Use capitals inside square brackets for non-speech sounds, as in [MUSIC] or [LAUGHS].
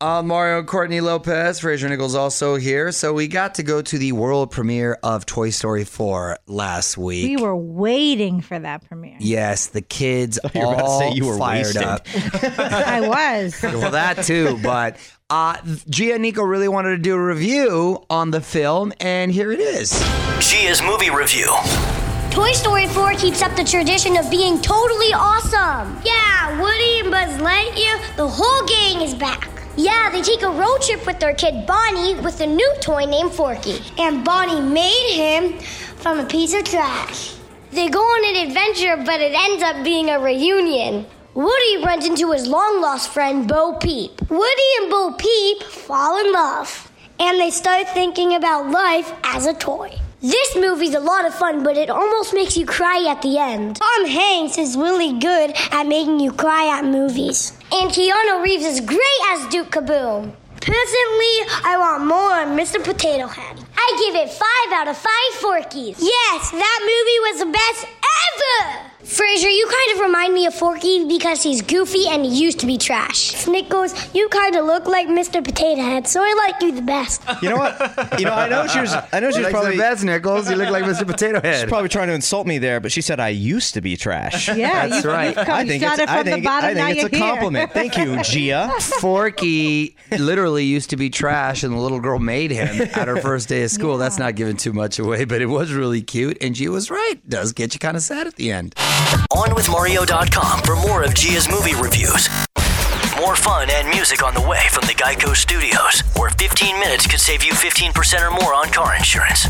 Uh, Mario Courtney Lopez, Fraser Nichols also here. So we got to go to the world premiere of Toy Story 4 last week. We were waiting for that premiere. Yes, the [LAUGHS] kids you were about to all say you were fired wasted. [LAUGHS] up. I was. well, that too, but uh, Gia and Nico really wanted to do a review on the film, and here it is. Gia's movie review. Toy Story 4 keeps up the tradition of being totally awesome. Yeah, Woody and Buzz Lightyear, the whole gang is back. Yeah, they take a road trip with their kid Bonnie with a new toy named Forky. And Bonnie made him from a piece of trash. They go on an adventure, but it ends up being a reunion. Woody runs into his long lost friend, Bo Peep. Woody and Bo Peep fall in love, and they start thinking about life as a toy. This movie's a lot of fun, but it almost makes you cry at the end. Tom Hanks is really good at making you cry at movies. And Keanu Reeves is great as Duke Kaboom. Personally, I want more on Mr. Potato Head. I give it five out of five Forkies. Yes, that movie was the best ever! Fraser, you kind of remind me of Forky because he's goofy and he used to be trash. Snick goes, you kind of look like Mr. Potato Head, so I like you the best. You know what? You know, I know she was. I know she was probably. best, Nichols. You look like Mr. Potato She's Head. probably trying to insult me there, but she said I used to be trash. Yeah, That's you, right. You've come, I you think shot it's, it from I think, the bottom. I now think it's you're a compliment. Thank you, Gia. Forky literally used to be trash, and the little girl made him at her first day of school. That's not giving too much away, but it was really cute, and Gia was right. Does get you kind of sad at the end. OnWithMario.com for more of Gia's movie reviews. More fun and music on the way from the Geico Studios, where 15 minutes could save you 15% or more on car insurance.